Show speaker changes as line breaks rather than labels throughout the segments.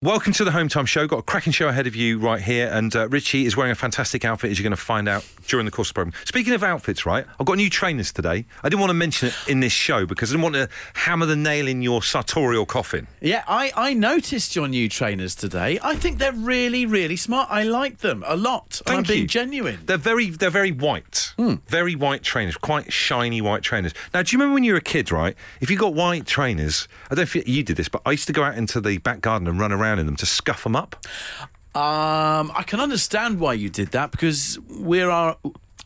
Welcome to the Home Time Show. Got a cracking show ahead of you right here, and uh, Richie is wearing a fantastic outfit, as you're going to find out during the course of the program. Speaking of outfits, right? I've got new trainers today. I didn't want to mention it in this show because I didn't want to hammer the nail in your sartorial coffin.
Yeah, I, I noticed your new trainers today. I think they're really, really smart. I like them a lot. and
Thank
I'm being
you.
genuine.
They're very, they're very white, very white trainers, quite shiny white trainers. Now, do you remember when you were a kid, right? If you got white trainers, I don't think you did this, but I used to go out into the back garden and run around in them to scuff them up.
Um, I can understand why you did that because we're our.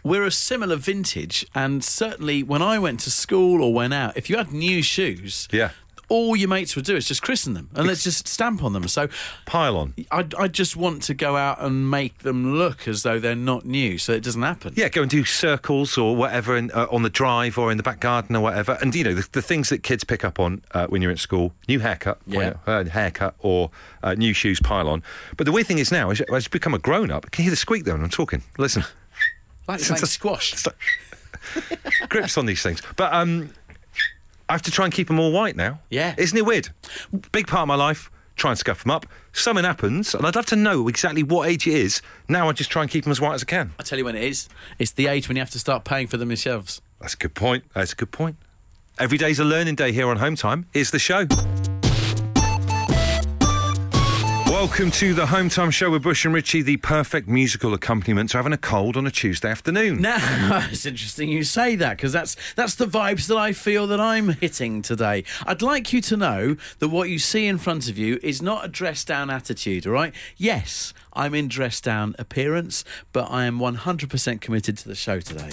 We're a similar vintage, and certainly when I went to school or went out, if you had new shoes,
Yeah.
all your mates would do is just christen them and let's just stamp on them. So
Pile on.
I, I just want to go out and make them look as though they're not new, so it doesn't happen.
Yeah, go and do circles or whatever in, uh, on the drive or in the back garden or whatever. And you know the, the things that kids pick up on uh, when you're at school: new haircut,
Yeah.
uh, haircut, or uh, new shoes pile on. But the weird thing is now, as, as you become a grown up, can you hear the squeak though when I'm talking? Listen,
Like, like squash.
grips on these things. But um, I have to try and keep them all white now.
Yeah.
isn't it weird? Big part of my life. Try and scuff them up. Something happens, and I'd love to know exactly what age it is. Now I just try and keep them as white as I can.
I tell you when it is. It's the age when you have to start paying for them yourselves.
That's a good point. That's a good point. Every day's a learning day here on Home Time. Is the show. Welcome to the Home Time Show with Bush and Richie, the perfect musical accompaniment to having a cold on a Tuesday afternoon.
Now, it's interesting you say that because that's that's the vibes that I feel that I'm hitting today. I'd like you to know that what you see in front of you is not a dress down attitude, all right? Yes, I'm in dress down appearance, but I am 100% committed to the show today.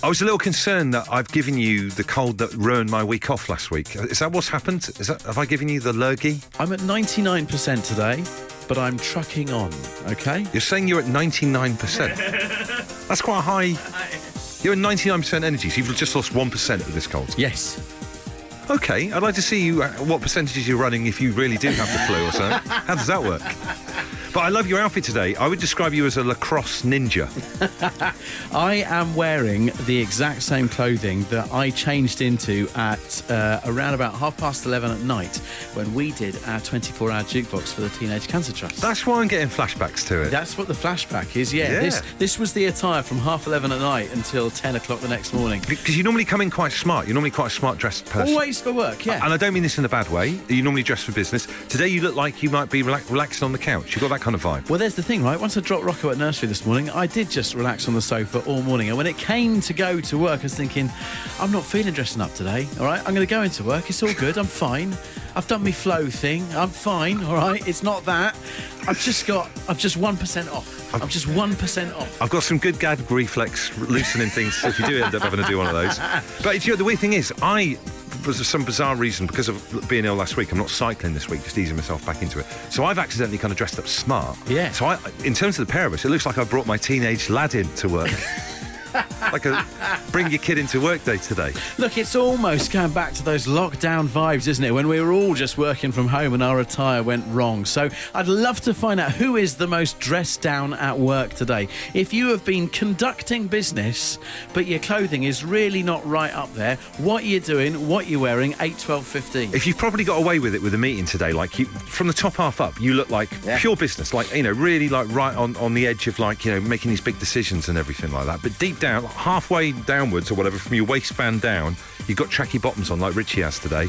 I was a little concerned that I've given you the cold that ruined my week off last week. Is that what's happened? Is that have I given you the lurgy?
I'm at 99% today, but I'm trucking on, okay?
You're saying you're at 99%. That's quite a high. You're at 99% energy, so you've just lost 1% of this cold.
Yes.
Okay, I'd like to see you uh, what percentages you're running if you really do have the flu or something. How does that work? But I love your outfit today. I would describe you as a lacrosse ninja.
I am wearing the exact same clothing that I changed into at uh, around about half past 11 at night when we did our 24 hour jukebox for the Teenage Cancer Trust.
That's why I'm getting flashbacks to it.
That's what the flashback is, yeah.
Yeah.
This, this was the attire from half 11 at night until 10 o'clock the next morning.
Because you normally come in quite smart. You're normally quite a smart dressed person.
Always for work, Oh, yeah.
And I don't mean this in a bad way. You normally dress for business. Today you look like you might be relax- relaxing on the couch. You've got that kind of vibe.
Well, there's the thing, right? Once I dropped Rocco at nursery this morning, I did just relax on the sofa all morning. And when it came to go to work, I was thinking, I'm not feeling dressing up today, all right? I'm going to go into work. It's all good. I'm fine. I've done my flow thing. I'm fine, all right? It's not that. I've just got, I've just 1% off. I'm just 1% off.
I've got some good gag reflex loosening things if you do end up having to do one of those. But you know, the weird thing is, I, for some bizarre reason, because of being ill last week, I'm not cycling this week, just easing myself back into it. So I've accidentally kind of dressed up smart.
Yeah.
So I, in terms of the pair of us, it looks like I brought my teenage lad in to work. like a bring your kid into work day today.
Look, it's almost going back to those lockdown vibes, isn't it? When we were all just working from home and our attire went wrong. So I'd love to find out who is the most dressed down at work today. If you have been conducting business, but your clothing is really not right up there, what you're doing, what you're wearing, 8, 12, 15.
If you've probably got away with it with a meeting today, like you from the top half up, you look like
Yeah.
pure business, like you know, really like right on, on the edge of like you know making these big decisions and everything like that. But deep down, like halfway downwards or whatever, from your waistband down, you've got tracky bottoms on, like Richie has today,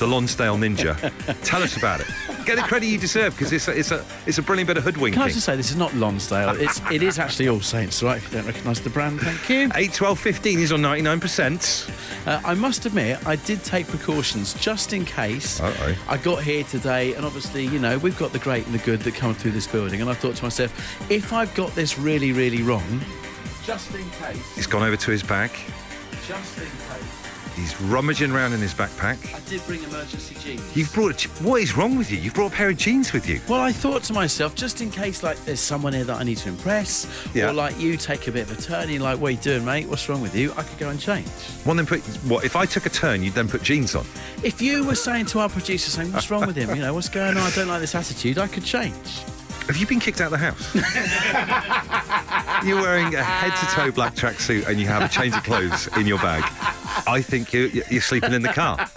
the Lonsdale Ninja. Tell us about it. Get the credit you deserve because it's a, it's a it's a brilliant bit of hoodwinking.
Can I just say, this is not Lonsdale. It's, it is actually All Saints, right? If you don't recognise the brand, thank you.
8, 12, 15 is on 99%.
Uh, I must admit, I did take precautions just in case.
Uh-oh.
I got here today, and obviously, you know, we've got the great and the good that come through this building. And I thought to myself, if I've got this really, really wrong, just in case,
He's gone over to his bag.
just in case,
He's rummaging around in his backpack.
I did bring emergency jeans.
You've brought a, je- what is wrong with you? You've brought a pair of jeans with you.
Well, I thought to myself, just in case, like, there's someone here that I need to impress,
Yeah.
or like you take a bit of a turn, and you're like, what are you doing, mate? What's wrong with you? I could go and change.
Well, then put what if I took a turn, you'd then put jeans on.
If you were saying to our producer, saying, what's wrong with him? You know, what's going on? I don't like this attitude, I could change.
Have you been kicked out of the house? You're wearing a head-to-toe black tracksuit and you have a change of clothes in your bag. I think you, you're sleeping in the car. Do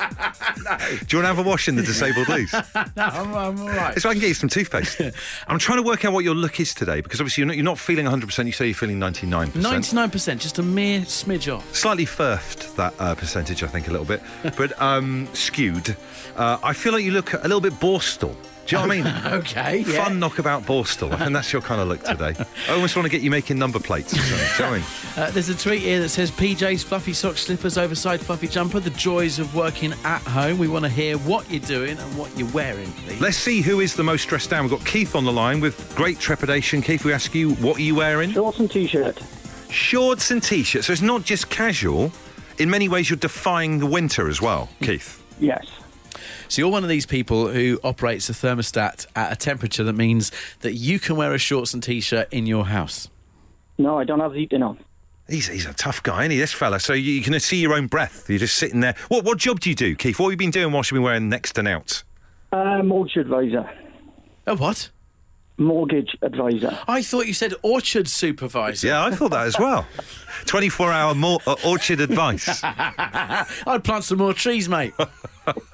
you want to have a wash in the disabled loose?
no, I'm, I'm all right.
So I can get you some toothpaste. I'm trying to work out what your look is today because obviously you're not, you're not feeling 100%. You say you're feeling 99%.
99%, just a mere smidge off.
Slightly furfed that uh, percentage, I think, a little bit, but um, skewed. Uh, I feel like you look a little bit borstal. Do you know what I mean?
Okay, yeah.
Fun knockabout borstal, and that's your kind of look today. I almost want to get you making number plates or something. Do you know what I mean?
Uh, there's a tweet here that says PJs, fluffy socks, slippers, oversized fluffy jumper, the joys of working at home. We want to hear what you're doing and what you're wearing, please.
Let's see who is the most dressed down. We've got Keith on the line with great trepidation. Keith, we ask you, what are you wearing?
Shorts and t-shirt.
Shorts and t shirt. So it's not just casual. In many ways, you're defying the winter as well, Keith.
Yes.
So you're one of these people who operates a thermostat at a temperature that means that you can wear a shorts and t-shirt in your house.
No, I don't have heating on.
He's, he's a tough guy, isn't he, this fella? So you, you can see your own breath. You're just sitting there. What, what job do you do, Keith? What have you been doing whilst you've been wearing next to out?
Uh, mortgage advisor.
A what?
Mortgage advisor.
I thought you said orchard supervisor.
Yeah, I thought that as well. 24 hour mor- uh, orchard advice.
I'd plant some more trees, mate.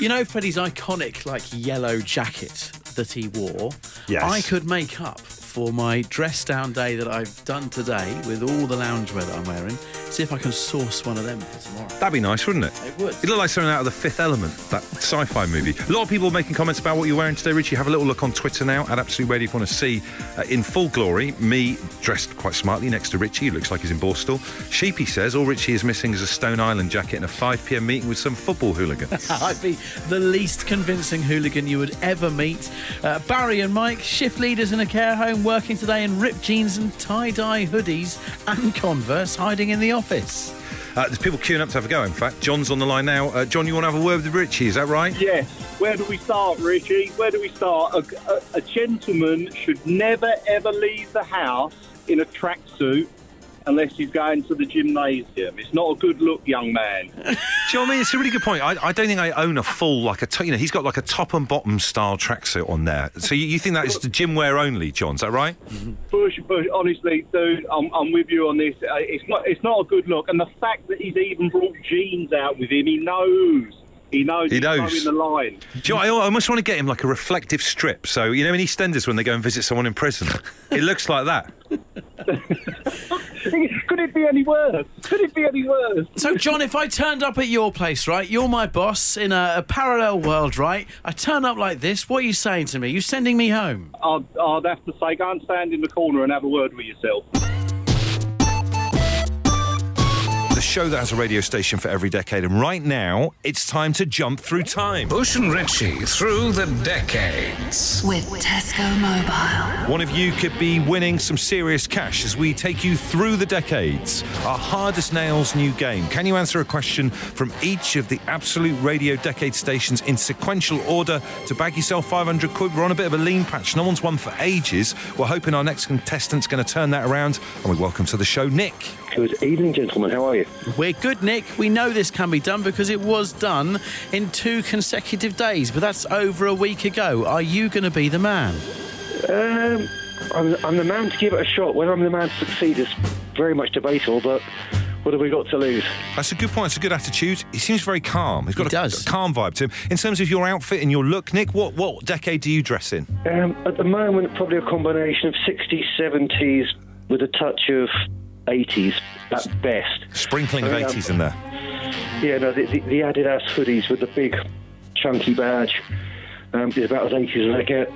you know Freddie's iconic like yellow jacket that he wore.
Yes.
I could make up for my dress down day that I've done today with all the loungewear that I'm wearing. See if I can source one of them for tomorrow.
That'd be nice, wouldn't it?
It would.
It looked like something out of the Fifth Element, that sci-fi movie. A lot of people making comments about what you're wearing today, Richie. Have a little look on Twitter now at Absolute Radio if you want to see uh, in full glory me dressed quite smartly next to Richie. He looks like he's in Borstal. Sheepy says all Richie is missing is a Stone Island jacket and a 5 p.m. meeting with some football hooligans.
I'd be the least convincing hooligan you would ever meet. Uh, Barry and Mike, shift leaders in a care home, working today in ripped jeans and tie-dye hoodies and Converse, hiding in the office.
Uh, there's people queuing up to have a go. In fact, John's on the line now. Uh, John, you want to have a word with Richie? Is that right?
Yes. Where do we start, Richie? Where do we start? A, a, a gentleman should never ever leave the house in a tracksuit unless he's going to the gymnasium. It's not a good look, young man.
Do you know what I mean? It's a really good point. I, I don't think I own a full like a t- you know he's got like a top and bottom style tracksuit on there. So you, you think that is the gym wear only, John? Is that right?
Bush, Bush, honestly, dude, I'm, I'm with you on this. Uh, It's not, it's not a good look. And the fact that he's even brought jeans out with him, he knows. He knows
He
he's
knows.
towing the line.
Do you know, I al- I almost want to get him like a reflective strip. So you know in EastEnders when they go and visit someone in prison, it looks like that.
Could it be any worse? Could it be any worse?
So, John, if I turned up at your place, right, you're my boss in a, a parallel world, right? I turn up like this. What are you saying to me? You sending me home?
I'd, I'd have to say, go and stand in the corner and have a word with yourself.
The show that has a radio station for every decade, and right now it's time to jump through time.
Bush and Ritchie through the decades.
with Tesco Mobile.
One of you could be winning some serious cash as we take you through the decades. Our hardest nails new game. Can you answer a question from each of the absolute radio decade stations in sequential order to bag yourself 500 quid? We're on a bit of a lean patch. No one's won for ages. We're hoping our next contestant's going to turn that around. And we welcome to the show Nick.
Good evening, gentlemen. How are you?
We're good, Nick. We know this can be done because it was done in two consecutive days, but that's over a week ago. Are you going to be the man?
Um, I'm, I'm the man to give it a shot. Whether I'm the man to succeed is very much debatable, but what have we got to lose?
That's a good point. It's a good attitude. He seems very calm. He's got
He
a,
does.
a calm vibe to him. In terms of your outfit and your look, Nick, what, what decade do you dress in?
Um, at the moment, probably a combination of 60s, 70s with a touch of 80s at best.
Sprinkling of
I mean, I'm-
80s in there.
Yeah, no, the, the, the Adidas hoodies with the big chunky badge um, is about as 80s as I get.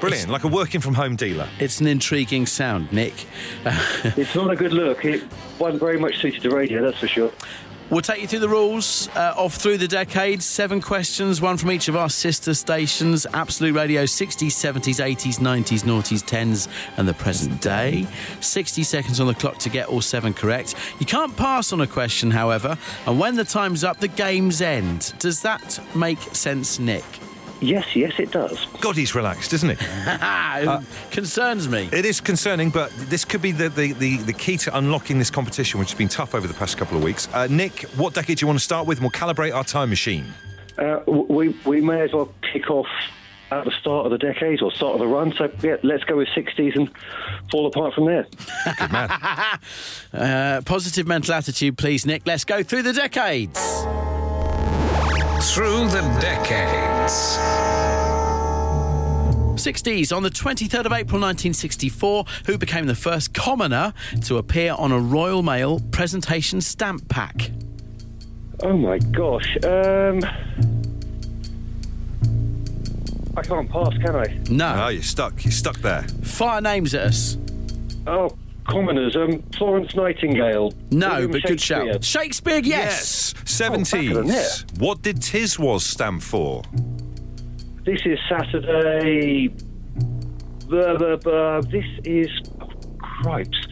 Brilliant. Like a working from home dealer.
It's an intriguing sound, Nick.
It's not a good look. It one very much suited to radio, that's for sure.
We'll take you through the rules uh, of Through the Decades. Seven questions, one from each of our sister stations Absolute Radio 60s, 70s, 80s, 90s, noughties, 10s, and the present day. 60 seconds on the clock to get all seven correct. You can't pass on a question, however, and when the time's up, the game's end. Does that make sense, Nick?
Yes, yes, it does.
God, he's relaxed, isn't he?
Concerns me.
It is concerning, but this could be the, the, the, the key to unlocking this competition, which has been tough over the past couple of weeks. Uh, Nick, what decade do you want to start with? And we'll calibrate our time machine.
Uh, w- we we may as well kick off at the start of the decade or start of the run. So yeah, let's go with 60s and fall apart from there.
Uh, positive mental attitude, please, Nick. Let's go through the decades.
Through the decades.
60s on the 23rd of April 1964, who became the first commoner to appear on a Royal Mail presentation stamp pack?
Oh my gosh. Um, I can't pass, can I?
Oh,
No.
you're stuck. You're stuck there.
Fire names at us.
Oh, commoners. Um, Florence Nightingale.
No,
William
but good shout.
Shakespeare.
Shakespeare, yes.
Seventies.
Oh, back of the net.
what did Tis was stand for?
This is Saturday. Blah, blah, blah. This is. Oh, cripes.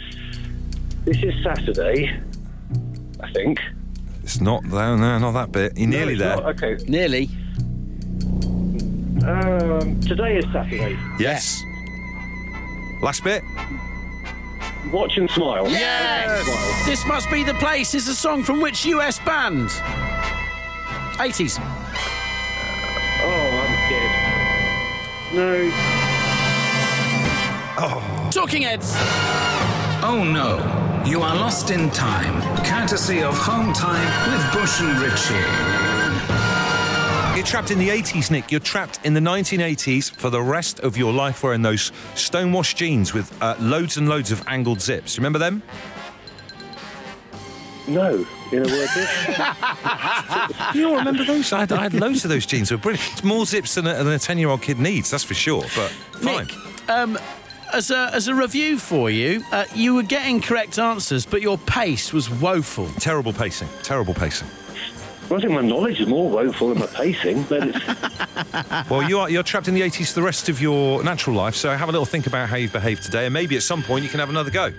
This is Saturday, I think.
It's not. No, no, not that bit. You're
No,
nearly
it's
there.
not. Okay.
Nearly.
Um, today is Saturday.
Yes. Last bit.
Watch and smile.
Yes. This must be the place is a song from which US band? 80s.
Oh, I'm dead. No.
Talking Heads.
Oh no, you are lost in time. Courtesy of Home Time with Bush and Ritchie.
You're trapped in the 80s, Nick. You're trapped in the 1980s for the rest of your life wearing those stonewashed jeans with uh, loads and loads of angled zips. Remember them?
No. In a word, this.
You all remember those? I had, I had loads of those jeans. They were brilliant. It's more zips than a, than a 10 year old kid needs, that's for sure. But fine.
Nick, um, as a, as a review for you, uh, you were getting correct answers, but your pace was woeful.
Terrible pacing. Terrible pacing.
I think my knowledge is more woeful than my pacing, but it's.
Well, you are, you're trapped in the 80s for the rest of your natural life, so have a little think about how you've behaved today, and maybe at some point you can have another go.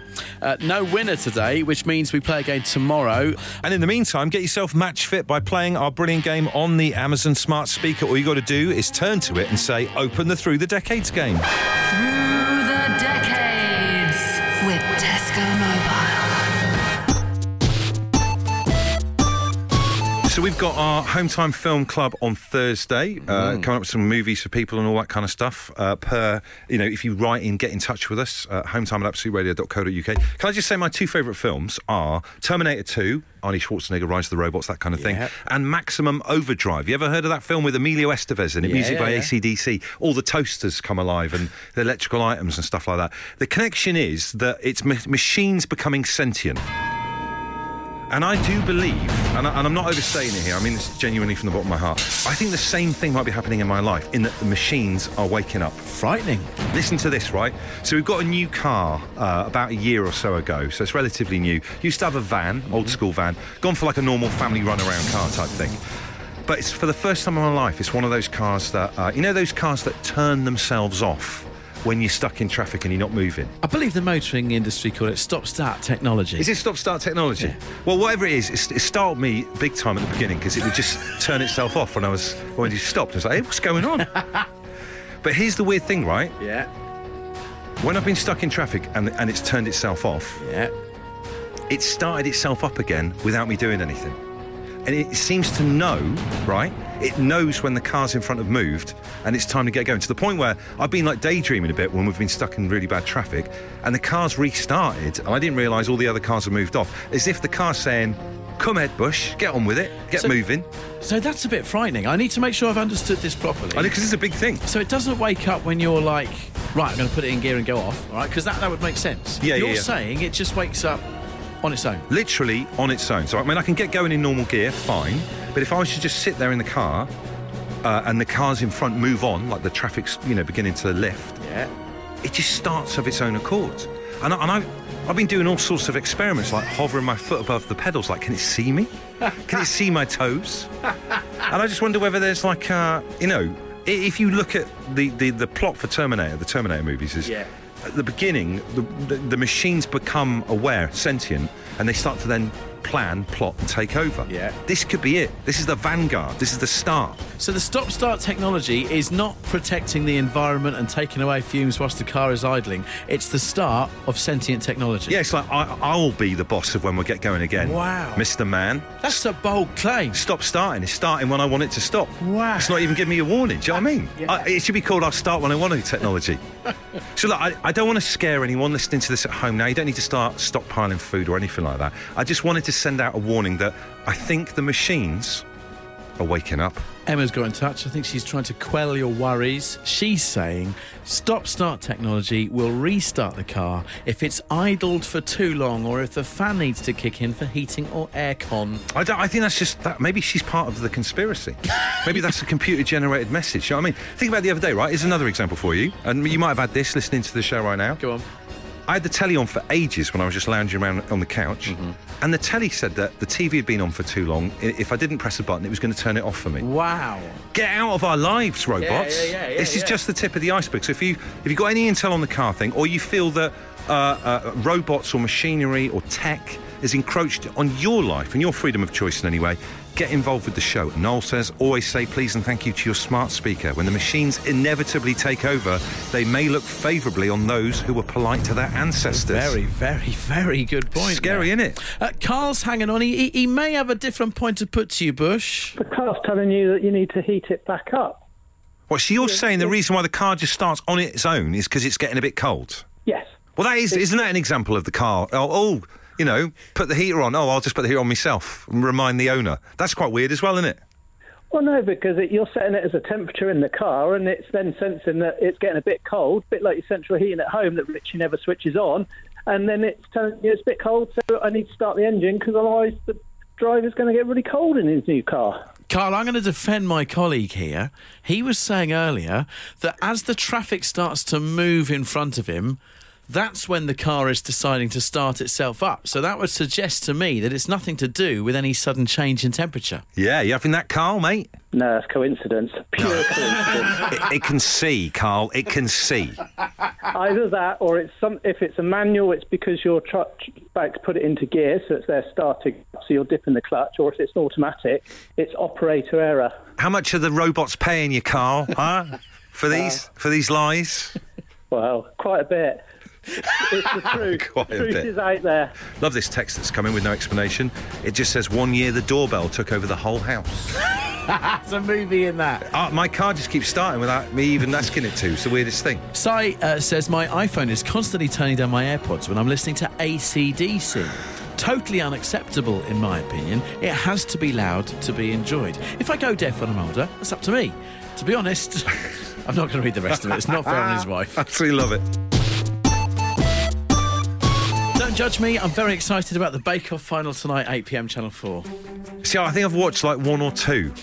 Uh, no winner today, which means we play again tomorrow.
And in the meantime, get yourself match fit by playing our brilliant game on the Amazon Smart Speaker. All you got to do is turn to it and say, open the Through the Decades game.
Through the decades with Tesco Mobile.
So we've got our Hometime Film Club on Thursday, uh,
Mm.
coming up with some movies for people and all that kind of stuff. Uh, per, you know, if you write in, get in touch with us, uh, hometime at absoluteradio.co.uk. Can I just say my two favourite films are Terminator 2, Arnie Schwarzenegger, Rise of the Robots, that kind of thing,
Yep.
and Maximum Overdrive. You ever heard of that film with Emilio Estevez in it?
Yeah,
Music
yeah,
by
yeah.
ACDC. All the toasters come alive and the electrical items and stuff like that. The connection is that it's ma- machines becoming sentient. And I do believe, and, I, and I'm not overstating it here, I mean this genuinely from the bottom of my heart. I think the same thing might be happening in my life in that the machines are waking up.
Frightening.
Listen to this, right? So we've got a new car uh, about a year or so ago, so it's relatively new. Used to have a van, old school van, gone for like a normal family run around car type thing. But it's for the first time in my life, it's one of those cars that, uh, you know, those cars that turn themselves off when you're stuck in traffic and you're not moving.
I believe the motoring industry call it stop start technology.
Is it stop start technology? Well, whatever it is, it, it startled me big time at the beginning because it would just turn itself off when I was when you stopped. I was like, hey, what's going on? but here's the weird thing, right?
Yeah,
When I've been stuck in traffic and, and it's turned itself off,
yeah.
it started itself up again without me doing anything. And it seems to know, right? It knows when the cars in front have moved and it's time to get going. To the point where I've been like daydreaming a bit when we've been stuck in really bad traffic and the car's restarted and I didn't realise all the other cars have moved off. As if the car's saying, Come ahead, Bush, get on with it, get
So-
moving.
So that's a bit frightening. I need to make sure I've understood this properly.
Because this is a big thing.
So it doesn't wake up when you're like, right, I'm going to put it in gear and go off, all right? Because that, that would make sense.
Yeah, yeah,
You're
yeah.
saying it just wakes up on its own.
literally on its own. So I mean, I can get going in normal gear, fine. But if I was to just sit there in the car, uh, and the cars in front move on, like the traffic's you know beginning to lift,
Yeah.
it just starts of its own accord. And, I, and I've, I've been doing all sorts of experiments, like hovering my foot above the pedals, like can it see me? Can it see my toes? And I just wonder whether there's like, uh, you know, i- if you look at the, the, the plot for Terminator, the Terminator movies is
Yeah.
at the beginning, the, the, the machines become aware, sentient, and they start to then plan, plot, and take over.
Yeah.
This could be it. This is the vanguard. This is the start.
So the stop start technology is not protecting the environment and taking away fumes whilst the car is idling. It's the start of sentient technology.
Yeah, it's like I, I'll be the boss of when we get going again.
Wow.
Mr. Man.
That's a bold claim.
stop starting. It's starting when I want it to stop.
Wow.
It's not even giving me a warning. Do you know what I mean? I, it should be called I'll start when I want to technology. so, look, I, I don't want to scare anyone listening to this at home now. You don't need to start stockpiling food or anything like that. I just wanted to send out a warning that I think the machines are waking up.
Emma's got in touch. I think she's trying to quell your worries. She's saying stop start technology will restart the car if it's idled for too long or if the fan needs to kick in for heating or aircon.
I, don't- I think that's just that. Maybe she's part of the conspiracy. Maybe that's a computer generated message. You know what I mean? Think about the other day, right? Here's another example for you. And you might have had this listening to the show right now.
Go on.
I had the telly on for ages when I was just lounging around on the couch. And the telly said that the TV had been on for too long. I- If I didn't press a button, it was going to turn it off for me.
Wow.
Get out of our lives, robots.
yeah, yeah,
this is
yeah.
just the tip of the iceberg. So if you if you've got any intel on the car thing, or you feel that uh, uh, robots or machinery or tech has encroached on your life and your freedom of choice in any way, get involved with the show. Noel says, always say please and thank you to your smart speaker. When the machines inevitably take over, they may look favourably on those who were polite to their ancestors.
Very, very, very good point.
scary,
there.
isn't it?
Uh, Carl's hanging on. He, he, he may have a different point to put to you, Bush.
The car's telling you that you need to heat it back up.
Well, so you're saying the reason why the car just starts on its own is because it's getting a bit cold.
Yes.
Well, that is, isn't that an example of the car? Oh, oh, you know, put the heater on. Oh, I'll just put the heater on myself and remind the owner. That's quite weird as well, isn't it?
Well, no, because it, you're setting it as a temperature in the car, and it's then sensing that it's getting a bit cold, bit like your central heating at home that Richie never switches on, and then it's telling you it's a bit cold, so I need to start the engine because otherwise the driver's going to get really cold in his new car.
Carl, I'm going to defend my colleague here. He was saying earlier that as the traffic starts to move in front of him, that's when the car is deciding to start itself up. So that would suggest to me that it's nothing to do with any sudden change in temperature.
Yeah, you having that, Carl, mate?
No, it's coincidence, pure coincidence.
It, it can see, Carl. It can see. Ah,
Either that, or it's some. If it's a manual, it's because you're tr- about to put it into gear, so it's there starting, so you're dipping the clutch. Or if it's an automatic, it's operator error.
How much are the robots paying you, Carl? Huh? For these, for these lies.
Well, quite a bit. It's the truth.
Quite a
the truth
bit.
is out there.
Love this text that's come in with no explanation. It just says one year the doorbell took over the whole house.
That's a movie in that.
Ah, my car just keeps starting without me even asking it to. It's the weirdest thing.
Sai uh, says my iPhone is constantly turning down my AirPods when I'm listening to ACDC. Totally unacceptable, in my opinion. It has to be loud to be enjoyed. If I go deaf when I'm older, that's up to me. To be honest, I'm not going to read the rest of it. It's not fair on his wife.
Absolutely love it.
Don't judge me. I'm very excited about the Bake Off final tonight, 8 pm, Channel 4.
See, I think I've watched like one or two.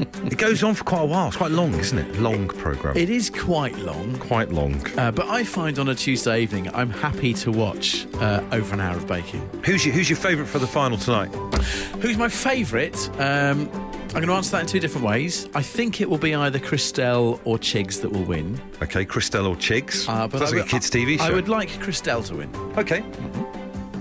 it goes on for quite a while. It's quite long, isn't it? Long program.
It is quite long.
quite long.
Uh, but I find on a Tuesday evening, I'm happy to watch uh, over an hour of baking.
Who's your Who's your favourite for the final tonight?
Who's my favourite? Um, I'm going to answer that in two different ways. I think it will be either Christelle or Chigs that will win.
Okay, Christelle or Chiggs?
Uh,
Sounds
I
like
would-
a kids' TV show.
I would like Christelle to win
Okay.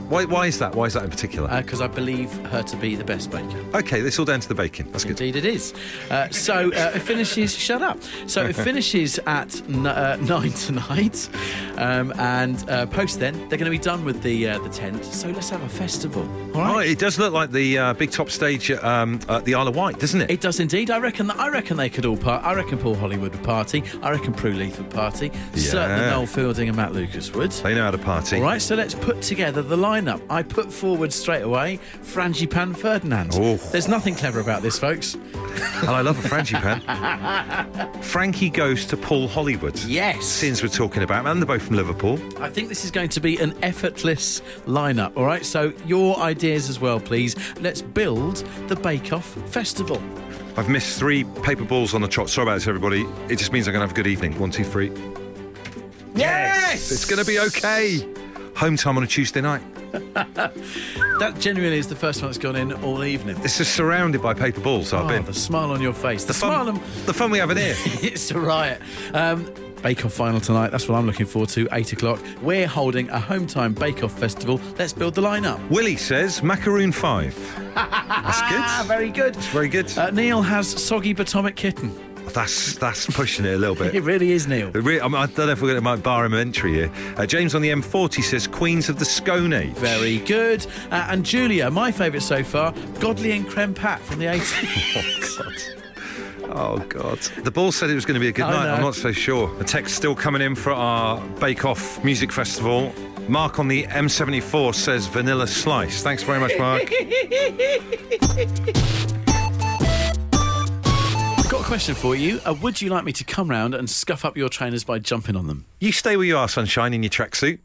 Why Why is that? Why is that in particular?
because I believe her to be the best baker.
okay, it's all down to the baking. That's good.
Indeed, it is. Uh, so uh, it finishes. shut up. So it finishes at n- uh, nine tonight, um, and uh, post then they're going to be done with the uh, the tent. So let's have a festival. All right.
Oh, it does look like the uh, big top stage at, um, at the Isle of Wight, doesn't it?
It does indeed. I reckon. I reckon they could all part. I reckon Paul Hollywood would party. I reckon Prue Leith would party. Certainly Noel Fielding and Matt Lucas would.
They know how to party.
All right, so let's put together the lineup. I put forward straight away Frangipan Ferdinand.
Oh.
There's nothing clever about this, folks.
And I love a frangipan. Frankie goes to Paul Hollywood.
Yes.
Since we're talking about, and they're both from Liverpool.
I think this is going to be an effortless lineup. All right, so your ideas as well, please. Let's build the Bake Off Festival.
I've missed three paper balls on the trot. Sorry about this, everybody. It just means I'm going to have a good evening. One, two, three. Yes! It's going to be okay. Home time on a Tuesday night.
That genuinely is the first one that's gone in all evening.
This is surrounded by paper balls. I've
Oh,
been.
the smile on your face. The, smile
fun,
on.
the fun we have in here.
it's a riot. Um, Bake Off final tonight. That's what I'm looking forward to. Eight o'clock. We're holding a home time Bake Off festival. Let's build the lineup.
Willie says Macaroon 5. That's good.
very good.
Very good.
Uh, Neil has soggy batomic kitten.
That's that's pushing it a little bit.
It really is Neil.
Re- I'm- I don't know if we're going to might bar him entry here. Uh, James on the M40 says Queens of the Scone Age.
Very good. Uh, and Julia, my favourite so far, Godley and Creme Pat from the 80s.
Oh God! The ball said it was going to be a good
I
night.
know.
I'm not so sure. The text still coming in for our Bake Off Music Festival. Mark on the M74 says vanilla slice. Thanks very much, Mark.
question for you. Uh, would you like me to come round and scuff up your trainers by jumping on them?
You stay where you are, sunshine, in your tracksuit.